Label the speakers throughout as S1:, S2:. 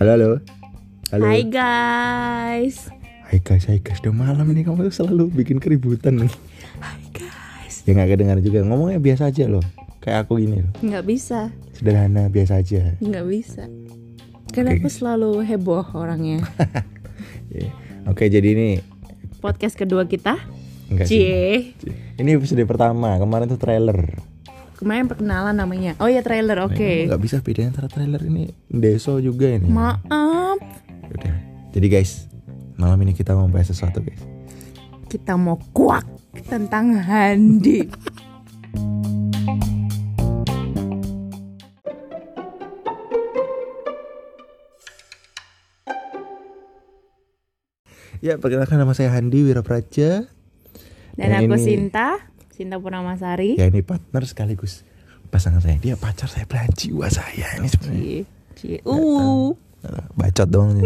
S1: Halo, halo. Halo.
S2: Hai guys.
S1: Hai guys, hai guys. Udah malam nih kamu tuh selalu bikin keributan.
S2: Hai guys.
S1: Ya nggak kedengar juga. Ngomongnya biasa aja loh. Kayak aku gini loh.
S2: Nggak bisa,
S1: Sederhana, biasa aja.
S2: nggak bisa. Karena
S1: Oke.
S2: aku selalu heboh orangnya.
S1: Iya. Oke, jadi ini
S2: Podcast kedua kita,
S1: enggak Iya sih.
S2: Cie.
S1: Ini episode pertama. Kemarin tuh trailer.
S2: Kemarin perkenalan namanya. Oh ya trailer, oke.
S1: Nah, ini nggak bisa bedanya antara trailer ini deso juga ini. Ya
S2: Maaf,
S1: Udah. Jadi guys, malam ini kita mau bahas sesuatu guys.
S2: kita mau kuak tentang Handi.
S1: Ya, perkenalkan nama saya Handi Wirapraja.
S2: Dan
S1: Yang
S2: aku
S1: ini-
S2: Sinta, Sinta Purnamasari.
S1: Ya ini partner sekaligus pasangan saya. Dia pacar saya, belahan jiwa saya ini sebenarnya.
S2: Cie. Cie.
S1: Iya,
S2: Uh.
S1: Alah, Bacot doang. ini.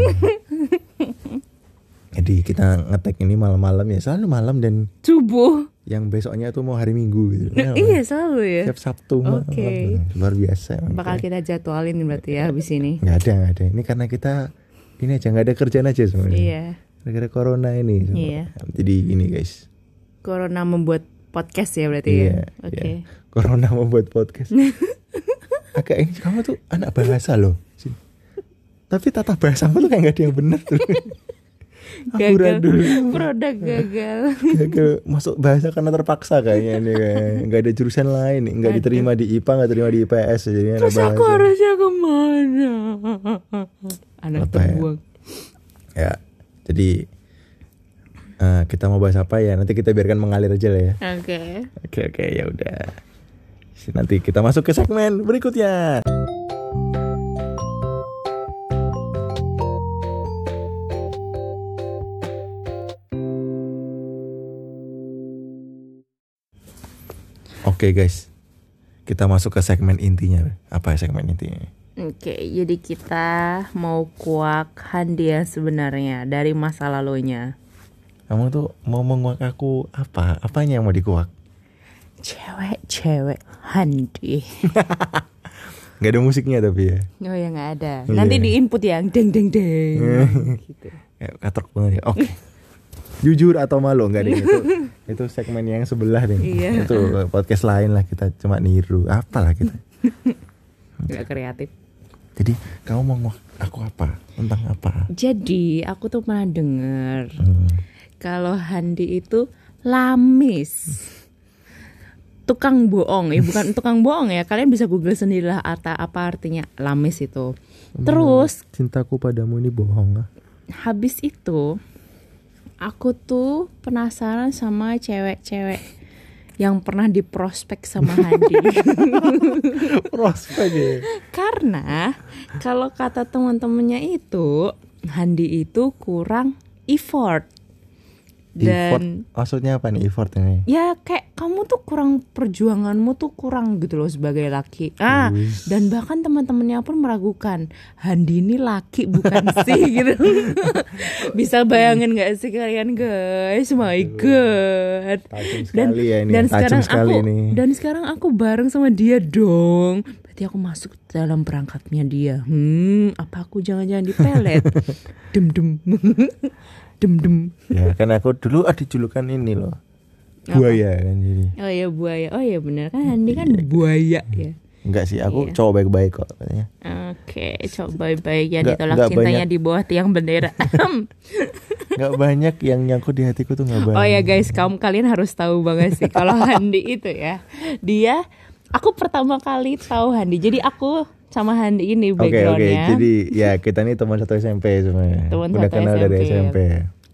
S1: Jadi kita ngetek ini malam-malam ya, selalu malam dan
S2: Subuh.
S1: yang besoknya tuh mau hari Minggu gitu. Nah,
S2: Iya, selalu ya.
S1: Setiap Sabtu malam.
S2: Oke.
S1: Luar biasa. emang.
S2: Bakal kita jadwalin berarti ya habis ini.
S1: nggak ada nggak ada ini karena kita ini aja nggak ada kerjaan aja sebenarnya
S2: Iya.
S1: gara-gara corona ini
S2: Iya.
S1: jadi ini guys
S2: Corona membuat podcast ya berarti ya.
S1: iya
S2: Oke.
S1: iya. corona membuat podcast agak ini kamu tuh anak bahasa loh Sin. tapi tata bahasamu tuh kayak nggak ada yang benar tuh
S2: gagal
S1: dulu
S2: produk gagal
S1: gagal masuk bahasa karena terpaksa kayaknya ini kayak nggak ada jurusan lain nggak diterima di IPA nggak diterima di IPS jadi anak
S2: terus aku
S1: bahasa.
S2: harusnya kemana anak
S1: Apa ya?
S2: terbuang
S1: ya jadi eh, kita mau bahas apa ya nanti kita biarkan mengalir aja lah ya
S2: oke
S1: Oke oke ya udah. Nanti kita masuk ke segmen berikutnya. Oke guys, kita masuk ke segmen intinya. Apa ya segmen intinya?
S2: oke jadi kita mau kuak Handi yang sebenarnya dari masa lalunya
S1: Kamu tuh mau menguak aku apa? Apanya yang mau dikuak?
S2: cewek-cewek Handi
S1: Gak ada musiknya tapi ya.
S2: oh ya nggak ada nanti
S1: iya.
S2: di input yang deng deng deng gitu
S1: Ya, katrok banget ya. Oke. Jujur atau malu enggak deh itu. itu segmen yang sebelah deh.
S2: Iya.
S1: Itu podcast lain lah kita cuma niru. Apalah kita.
S2: nggak kreatif
S1: Jadi kamu mau ngomong aku apa? Tentang apa?
S2: jadi aku tuh pernah denger
S1: Hmm.
S2: kalau Handi itu lamis tukang bohong ya bukan tukang bohong ya kalian bisa google sendirilah apa apa artinya lamis itu terus
S1: Cintaku padamu ini bohong ah.
S2: habis itu aku tuh penasaran sama cewek-cewek yang pernah diprospek sama Handi
S1: Prospek ya.
S2: karena kalau kata teman-temannya itu Handi itu kurang effort
S1: Effort.
S2: dan
S1: Maksudnya apa nih effort ini?
S2: ya kayak kamu tuh kurang perjuanganmu tuh kurang gitu loh sebagai laki ah
S1: Wis.
S2: dan bahkan teman-temannya pun meragukan Handi ini laki bukan sih gitu bisa bayangin nggak sih kalian guys my god
S1: Tajam
S2: dan
S1: sekali ya ini.
S2: dan
S1: Tajam
S2: sekarang
S1: sekali
S2: aku
S1: ini.
S2: dan sekarang aku bareng sama dia dong berarti aku masuk dalam perangkatnya dia hmm apa aku jangan-jangan dipelet dem dem dem dem
S1: Ya, kan aku dulu ada julukan ini loh. Buaya kan jadi.
S2: Oh ya buaya. Oh ya benar kan Andi kan buaya ya.
S1: Enggak sih, aku
S2: Iya.
S1: cowok baik-baik kok katanya.
S2: Oke, coba baik yang
S1: Nggak-
S2: ditolak
S1: nggak
S2: cintanya
S1: banyak.
S2: di bawah tiang bendera.
S1: Enggak banyak yang nyangkut di hatiku tuh enggak banyak.
S2: oh ya guys, kamu kalian harus tahu banget sih kalau Handi itu ya. Dia aku pertama kali tahu Handi. Jadi aku sama Handi ini
S1: Oke oke,
S2: backgroundnya.
S1: jadi ya kita nih teman satu SMP sebenarnya.
S2: Teman
S1: Udah
S2: satu
S1: kenal dari
S2: SMP.
S1: SMP.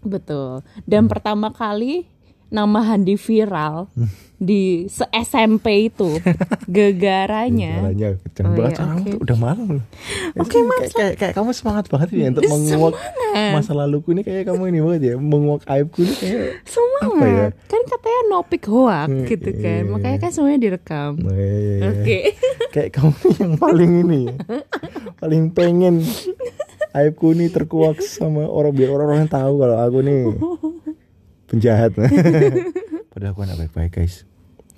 S2: Betul. Dan pertama kali nama Handi viral
S1: Hmm.
S2: di se SMP itu gegaranya
S1: Jalannya kenceng
S2: Oh,
S1: banget
S2: iya,
S1: sekarang
S2: oke.
S1: tuh udah malam loh. Oke kayak, kayak, kayak kamu semangat banget ya untuk menguak masa laluku ini kayak kamu ini banget ya menguak aibku ini kayak. Apa ya?
S2: Semangat Kan katanya no pick hoax gitu kan Makanya kan semuanya direkam
S1: Nah, iya, iya, iya.
S2: Oke
S1: Kayak kamu nih yang paling ini, ya. paling pengen aibku ini terkuak sama orang biar orang-orang tahu kalau aku nih penjahat. Padahal aku anak baik-baik guys.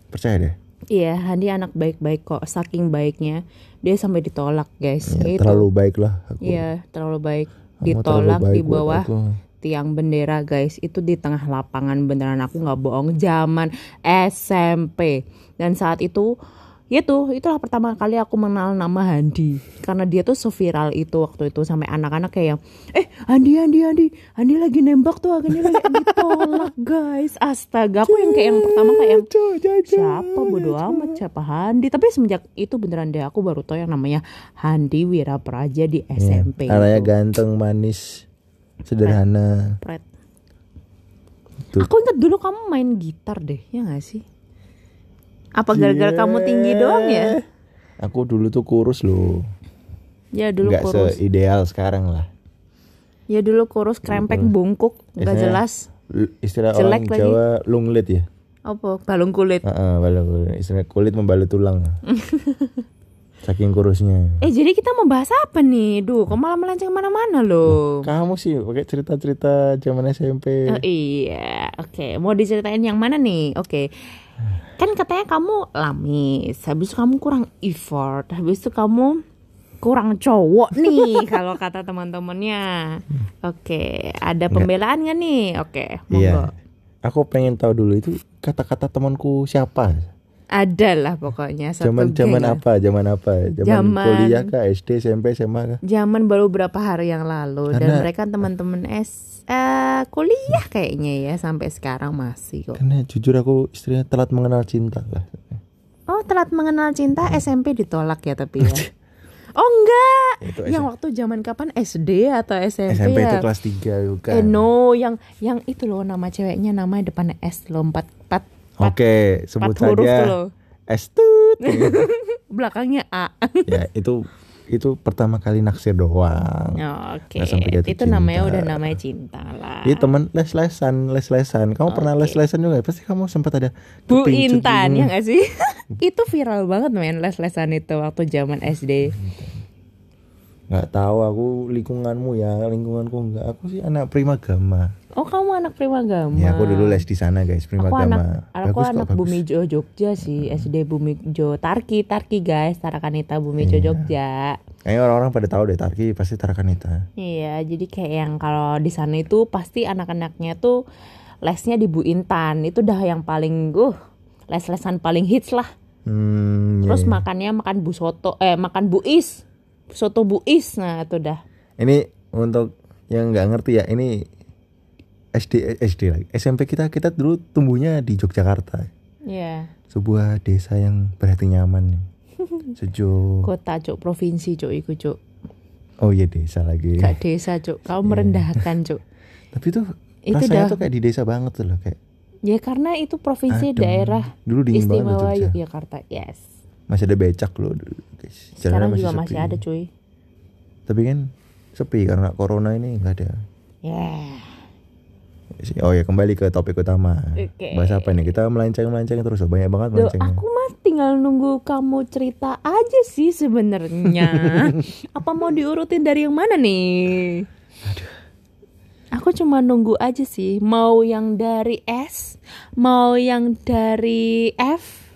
S1: Percaya deh.
S2: Iya, Handi anak baik-baik kok. Saking baiknya dia sampai ditolak, guys.
S1: Ya,
S2: Itu.
S1: terlalu baik lah aku.
S2: Gitu. Iya, terlalu baik.
S1: Kamu
S2: Ditolak
S1: terlalu baik
S2: di
S1: buat
S2: bawah
S1: aku.
S2: tiang bendera, guys. Itu di tengah lapangan beneran aku nggak bohong. Zaman SMP dan saat itu itu itulah pertama kali aku mengenal nama Handi karena dia tuh seviral itu waktu itu sampai anak-anak kayak yang eh Handi Handi Handi Handi lagi nembak tuh Handi lagi ditolak guys astaga aku yang kayak yang pertama kayak yang,
S1: Jojo, Jojo,
S2: siapa bodo
S1: Jojo.
S2: amat siapa Handi tapi semenjak itu beneran deh aku baru tahu yang namanya Handi Wirapraja di SMP
S1: Araya
S2: itu.
S1: ganteng, manis, sederhana.
S2: Pret.
S1: Tuh.
S2: aku ingat dulu kamu main gitar deh ya gak sih apa gara-gara kamu tinggi doang ya
S1: Aku dulu tuh kurus loh.
S2: ya dulu
S1: Enggak
S2: kurus
S1: seideal sekarang lah.
S2: ya dulu kurus krempek bungkuk nggak
S1: Biasanya
S2: jelas
S1: L- Istilah orang
S2: Jelek lagi.
S1: Jawa lunglet ya.
S2: apa balung kulit
S1: Heeh, balut- istilah kulit membalut tulang. Saking kurusnya.
S2: eh jadi kita mau bahas apa nih duh kok malah melenceng mana-mana loh
S1: Kamu sih pakai cerita-cerita zaman SMP.
S2: Oh, iya, oke. Mau diceritain yang mana nih? Oke. Kan katanya kamu lamis, habis itu kamu kurang effort, habis itu kamu kurang cowok nih kalau kata teman-temannya.
S1: Hmm.
S2: Oke, ada pembelaan nggak nih? Oke, monggo.
S1: Iya. Aku pengen tahu dulu itu kata-kata temanku siapa?
S2: Ada lah pokoknya satu
S1: Zaman
S2: geng
S1: zaman
S2: lah.
S1: apa? Zaman apa? Zaman,
S2: Zaman-
S1: kuliah kah? SD, SMP, SMA kah?
S2: Zaman baru berapa hari yang lalu dan
S1: Karena-
S2: mereka teman-teman S eh, kuliah kayaknya ya sampai sekarang masih kok.
S1: Karena Kan ya, jujur aku istrinya telat mengenal cinta lah.
S2: Oh telat mengenal cinta SMP ditolak ya tapi ya Oh enggak
S1: Itu
S2: Yang waktu zaman kapan SD atau SMP,
S1: SMP itu
S2: ya
S1: kelas 3 bukan?
S2: Eh no yang, yang itu loh nama ceweknya namanya depannya S loh Empat, empat, empat,
S1: Oke, sebut
S2: empat huruf tuh
S1: saja
S2: loh
S1: S tut.
S2: Belakangnya A
S1: ya, itu itu pertama kali naksir doang.
S2: Oh, Oke
S1: Nggak sampai jatuh
S2: Itu
S1: cinta.
S2: namanya udah namanya cinta lah
S1: Iya teman les-lesan, les-lesan. Kamu pernah les-lesan juga? ya? Pasti kamu sempat ada
S2: Bu
S1: kepincut
S2: Intan
S1: gini.
S2: ya gak sih Itu viral banget main les-lesan itu Waktu zaman SD
S1: Hmm. Nggak tahu aku lingkunganmu ya, lingkunganku enggak. Aku sih anak primagama. Oh
S2: Oh kamu anak primagama
S1: Ya aku dulu les di sana guys,
S2: Aku
S1: primagama.
S2: anak, aku
S1: Bagus kok,
S2: anak
S1: bagus.
S2: Bumi Jo Jogja sih, SD Bumi Jo Tarki, Tarki guys, Tarakanita Bumi
S1: Iya.
S2: Jo Jogja.
S1: Kayaknya orang-orang pada tahu deh Tarki pasti Tarakanita.
S2: Iya, jadi kayak yang kalau di sana itu pasti anak-anaknya tuh lesnya di Bu Intan, itu dah yang paling uh les-lesan paling hits lah.
S1: Hmm, iya,
S2: Terus
S1: iya.
S2: makannya makan Bu Soto, eh makan Bu Is, Soto Bu Is, nah itu dah.
S1: ini untuk yang nggak ngerti ya, ini SD SD lagi. SMP kita kita dulu tumbuhnya di Yogyakarta.
S2: Iya,
S1: Sebuah desa yang berarti nyaman. Sejuk.
S2: kota cuk, provinsi cuk, iku cuk,
S1: Oh iya desa lagi.
S2: gak desa cuk, kamu merendahkan cuk.
S1: Tapi tuh
S2: Itu
S1: rasanya
S2: dah.
S1: tuh kayak di desa banget tuh loh kayak.
S2: Ya karena itu provinsi
S1: adem.
S2: daerah
S1: dulu dingin banget
S2: istimewa
S1: loh Jogja.
S2: Yogyakarta, yes.
S1: Masih ada becak loh dulu guys.
S2: sekarang
S1: Jalanan
S2: juga masih
S1: sepi.
S2: ada cuy
S1: Tapi kan sepi karena corona ini nggak ada.
S2: ya
S1: Oh ya kembali ke topik utama.
S2: Oke.
S1: Bahas apa nih? Kita melenceng-melenceng terus loh. banyak banget
S2: Loh,
S1: melencengnya.
S2: aku mah tinggal nunggu kamu cerita aja sih sebenarnya apa mau diurutin dari yang mana nih aku cuma nunggu aja sih mau yang dari S mau yang dari F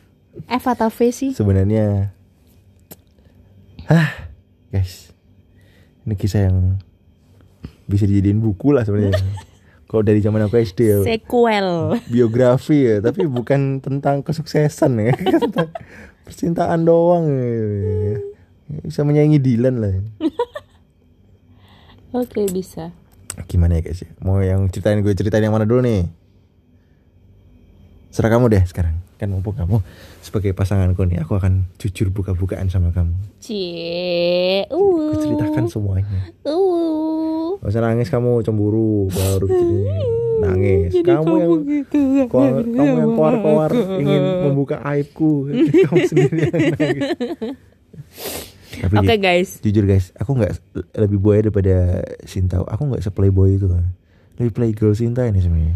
S2: F atau V sih
S1: Sebenarnya Hah, guys. Ini kisah yang bisa dijadiin buku lah sebenarnya. Kalau dari zaman aku SD ya.
S2: sequel
S1: biografi ya tapi bukan tentang kesuksesan ya Tentang percintaan doang ya. bisa menyaingi Dylan lah
S2: oke bisa
S1: gimana ya guys ya? mau yang ceritain gue ceritain yang mana dulu nih serah kamu deh sekarang kan mumpung kamu sebagai pasanganku nih aku akan jujur buka-bukaan sama kamu
S2: cie
S1: aku
S2: uh
S1: ceritakan semuanya
S2: uh
S1: Gak usah nangis kamu cemburu baru gini. nangis
S2: Jadi
S1: kamu yang
S2: gitu
S1: ko- kamu yang keluar-keluar ingin membuka aibku kamu sendiri yang nangis. Tapi
S2: oke
S1: ju-
S2: guys
S1: jujur guys aku nggak le- lebih boy daripada Sinta aku nggak seplayboy itu kan. lebih playgirl Sinta ini sebenarnya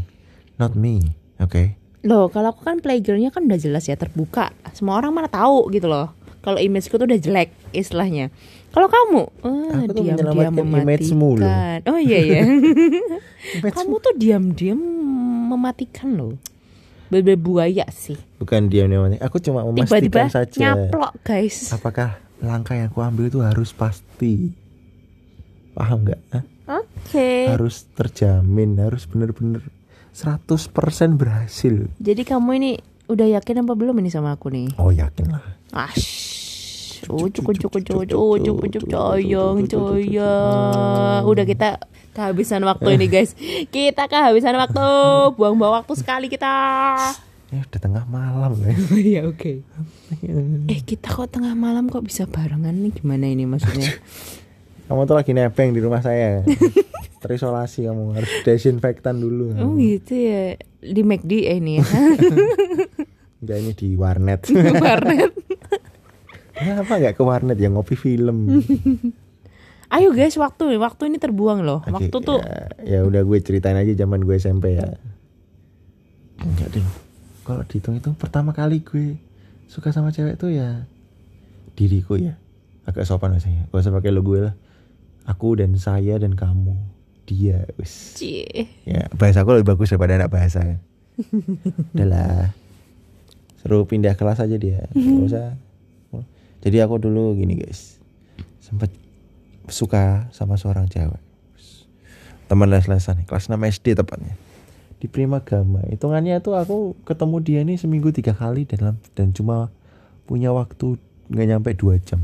S1: not me oke
S2: Loh, kalau aku kan playgirlnya kan udah jelas ya terbuka. Semua orang mana tahu gitu loh. Kalau imageku tuh udah jelek istilahnya. Kalau kamu, eh,
S1: Aku tuh
S2: diam-diam
S1: menyelamatkan image-mu loh.
S2: mematikan. Oh iya ya.
S1: Image-mu.
S2: kamu tuh diam-diam mematikan loh. Bebe buaya sih.
S1: Bukan diam diam Aku cuma
S2: Tiba-tiba
S1: memastikan saja.
S2: nyaplok guys.
S1: Apakah langkah yang aku ambil itu harus pasti? Paham nggak? Hah?
S2: Oke.
S1: Harus terjamin, harus bener-bener 100% berhasil.
S2: Jadi kamu ini udah yakin apa belum ini sama aku nih?
S1: Oh yakin lah.
S2: Ah, Ash. Ucuk ucuk ucuk ucuk ucuk ucuk coyong coyong. Udah kita kehabisan waktu ini guys. Kita kehabisan waktu. Buang-buang waktu sekali kita.
S1: Ya udah tengah malam ya.
S2: Iya oke. Eh kita kok tengah malam kok bisa barengan nih gimana ini maksudnya?
S1: Kamu tuh lagi nebeng di rumah saya. Terisolasi kamu harus desinfektan dulu.
S2: Oh gitu ya di McD eh ini ya.
S1: Enggak ini di warnet.
S2: Warnet.
S1: Kenapa nggak ke warnet ya ngopi film?
S2: Ayo guys waktu waktu ini terbuang loh.
S1: Oke,
S2: Waktu tuh
S1: ya, ya udah gue ceritain aja zaman gue SMP ya. Enggak deh. Kalau dihitung itu pertama kali gue suka sama cewek tuh ya diriku ya. Agak sopan rasanya. Gak usah pakai lo gue lah. Aku dan saya dan kamu. Dia wis.
S2: Cie.
S1: Ya, bahasa aku lebih bagus daripada anak bahasa kan. Udahlah. Seru pindah kelas aja dia. Gak usah. Jadi aku dulu gini guys. Sempet suka sama seorang cewek. Teman les-lesan nih, kelas 6 SD tepatnya. Di Prima Gama. Hitungannya tuh aku ketemu dia nih seminggu tiga kali dalam dan cuma punya waktu nggak nyampe dua jam.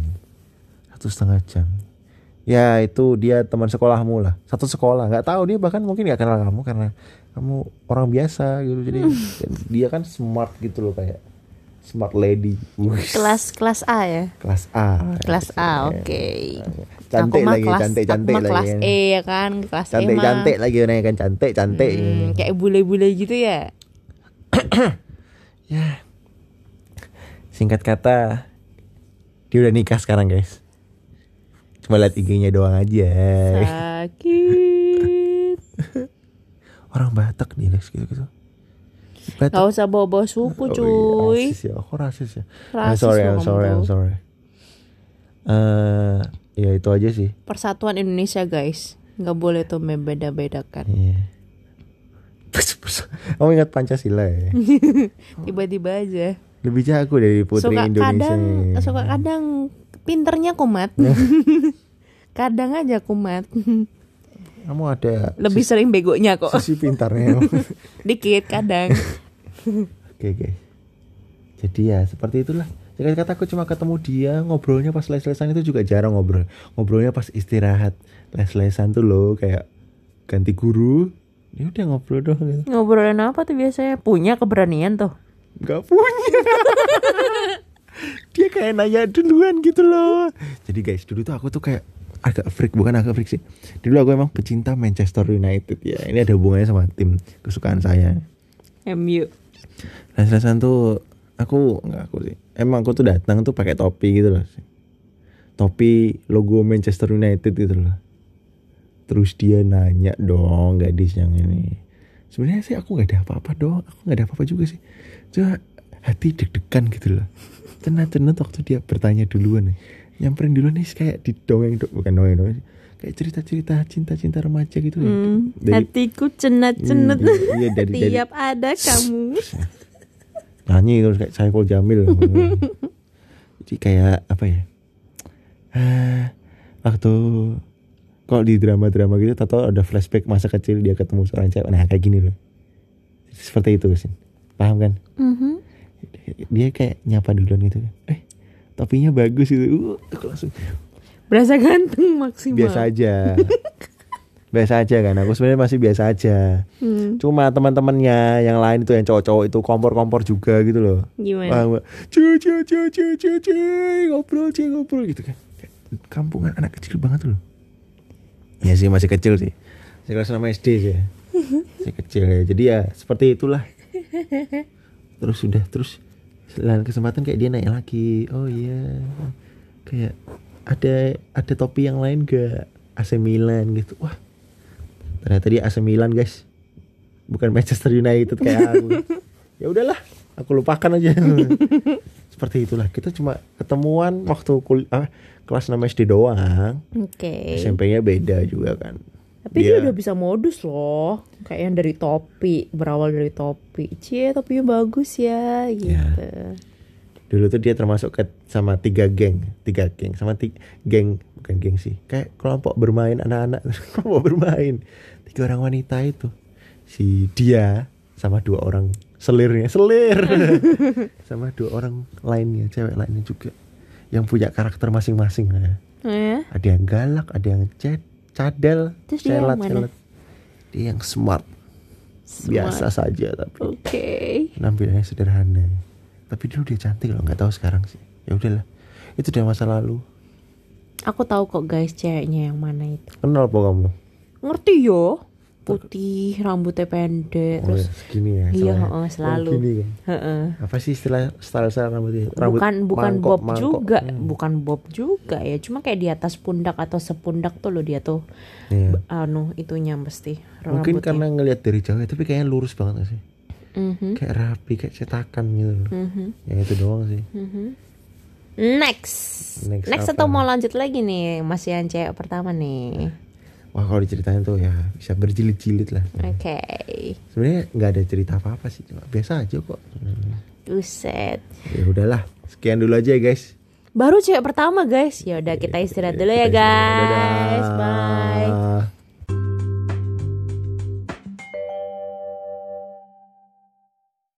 S1: Satu setengah jam. Ya itu dia teman sekolahmu lah Satu sekolah nggak tahu dia bahkan mungkin nggak kenal kamu Karena kamu orang biasa gitu Jadi dan dia kan smart gitu loh kayak Smart lady Wih,
S2: kelas kelas A ya.
S1: Kelas A
S2: Kelas A, oke.
S1: Cantik
S2: Aku mah
S1: lagi,
S2: kelas-
S1: cantik-cantik
S2: aku mah
S1: lagi
S2: Kelas
S1: kan.
S2: E ya kan, kelas E mah.
S1: cantik-cantik lagi naik kan cantik-cantik
S2: Hmm, kayak bule-bule gitu ya.
S1: ya singkat kata dia udah nikah sekarang guys cuma lihat IG-nya doang aja
S2: Sakit.
S1: orang Batak nih guys gitu gitu Batak
S2: Gak usah bawa-bawa
S1: Oh,
S2: suku cuy.
S1: iya, rasis ya aku rasis ya I'm
S2: Rasis
S1: sorry I'm
S2: loh kamu
S1: sorry I'm
S2: tuh.
S1: sorry eh ya itu aja sih
S2: Persatuan Indonesia guys. Gak boleh tuh membeda-bedakan.
S1: Iya. kamu ingat Pancasila ya
S2: Tiba-tiba aja.
S1: lebih jago dari putri
S2: suka
S1: Indonesia
S2: kadang
S1: nih. Eh.
S2: suka kadang pinternya kumat. kadang aja kumat.
S1: kamu ada
S2: Lebih sering begonya kok.
S1: sisi pintarnya kamu.
S2: Dikit kadang.
S1: Oke guys. Jadi ya seperti itulah. Jadi kata aku cuma ketemu dia ngobrolnya pas les-lesan itu juga jarang ngobrol. Ngobrolnya pas istirahat les-lesan tuh loh kayak ganti guru. Ya udah ngobrol doang gitu.
S2: Ngobrolin apa tuh biasanya? Punya keberanian tuh.
S1: Gak punya. dia kayak nanya duluan gitu loh. Jadi guys dulu tuh aku tuh kayak agak freak bukan agak freak sih. Dulu aku emang pecinta Manchester United ya. Ini ada hubungannya sama tim kesukaan saya.
S2: MU.
S1: les-lesan tuh aku nggak aku sih emang aku tuh datang tuh pakai topi gitu loh topi logo Manchester United gitu loh terus dia nanya dong gadis yang ini sebenarnya sih aku nggak ada apa-apa dong aku nggak ada apa-apa juga sih cuma hati deg-degan gitu loh tenang-tenang waktu dia bertanya duluan nih nyamperin duluan nih kayak didongeng dong bukan dongeng dongeng kayak cerita-cerita cinta-cinta remaja gitu ya.
S2: Hmm,
S1: Dari-
S2: Hatiku cenat-cenat
S1: Hmm, iya, dari- dari-
S2: tiap ada kamu.
S1: nyanyi terus kayak Saiful Jamil jadi kayak apa ya Ah, waktu kalau di drama-drama gitu tato ada flashback masa kecil dia ketemu seorang cewek nah kayak gini loh seperti itu sih paham kan
S2: Mhm.
S1: dia kayak nyapa duluan gitu kan eh topinya bagus gitu uh, aku langsung
S2: Berasa ganteng maksimal.
S1: biasa aja biasa aja kan aku sebenarnya masih biasa aja
S2: Hmm,
S1: cuma teman-temannya yang lain itu yang cowok-cowok itu kompor-kompor juga gitu loh
S2: gimana?
S1: Wah, cuy, cuy, cuy, cuy, cuy, cuy, ngobrol, cuy, ngobrol gitu kan. Kayak Kampungan anak kecil banget loh. Ya sih masih kecil sih. Masih kelas enam SD sih. ya. Masih kecil ya. Jadi ya seperti itulah. Terus sudah terus lain kesempatan kayak dia naik lagi. Oh iya. Kayak ada ada topi yang lain gak AC Milan gitu. Wah. Ternyata dia AC Milan, guys. Bukan Manchester United kayak aku. ya udahlah, aku lupakan aja. Seperti itulah. Kita cuma ketemuan waktu kul ah, kelas 6 SD doang.
S2: Oke.
S1: SMP-nya beda juga kan.
S2: Tapi
S1: Iya.
S2: dia udah bisa modus loh. Kayak yang dari topi, berawal dari topi. Cie, topinya bagus ya gitu.
S1: dulu tuh dia termasuk ke, sama tiga geng tiga geng sama tiga geng bukan geng sih kayak kelompok bermain anak-anak kelompok bermain tiga orang wanita itu si dia sama dua orang selirnya selir sama dua orang lainnya cewek lainnya juga yang punya karakter masing-masing ya.
S2: Eh,
S1: ada yang galak ada yang ced cadel
S2: Terus dia yang mana?
S1: dia yang smart, biasa
S2: smart.
S1: saja tapi
S2: Oke.
S1: penampilannya sederhana tapi dulu dia cantik loh nggak tahu sekarang sih ya udahlah itu dia masa lalu
S2: Aku tahu kok guys ceweknya yang mana itu.
S1: kenal apa kamu
S2: Ngerti yo? Putih, rambutnya pendek,
S1: oh, ya,
S2: terus
S1: segini ya celahnya.
S2: iya, heeh,
S1: Oh,
S2: selalu.
S1: gini ya.
S2: Heeh.
S1: apa sih istilah style style rambutnya rambut
S2: bukan bukan
S1: mangkok,
S2: bob
S1: mangkok.
S2: juga,
S1: Hmm.
S2: bukan bob juga ya. Cuma kayak di atas pundak atau sepundak tuh loh dia tuh.
S1: Iya.
S2: Anu itunya mesti
S1: mungkin
S2: rambutnya.
S1: karena ngelihat dari jauh ya, tapi kayaknya lurus banget nggak sih
S2: Mhm,
S1: kayak rapi kayak cetakan gitu loh
S2: mhm,
S1: ya itu doang sih
S2: mhm. Next.
S1: Next
S2: Next,
S1: apa?
S2: atau mau lanjut lagi nih masih yang cewek pertama nih.
S1: wah kalau diceritain tuh ya bisa berjilid-jilid lah
S2: Oke.
S1: sebenarnya nggak ada cerita apa apa sih cuma biasa aja kok Hmm.
S2: Buset.
S1: ya udahlah sekian dulu aja ya guys
S2: Baru cewek pertama guys. Ya udah kita istirahat dulu
S1: Kita
S2: ya
S1: istirahat.
S2: guys.
S1: Dadah.
S2: Bye.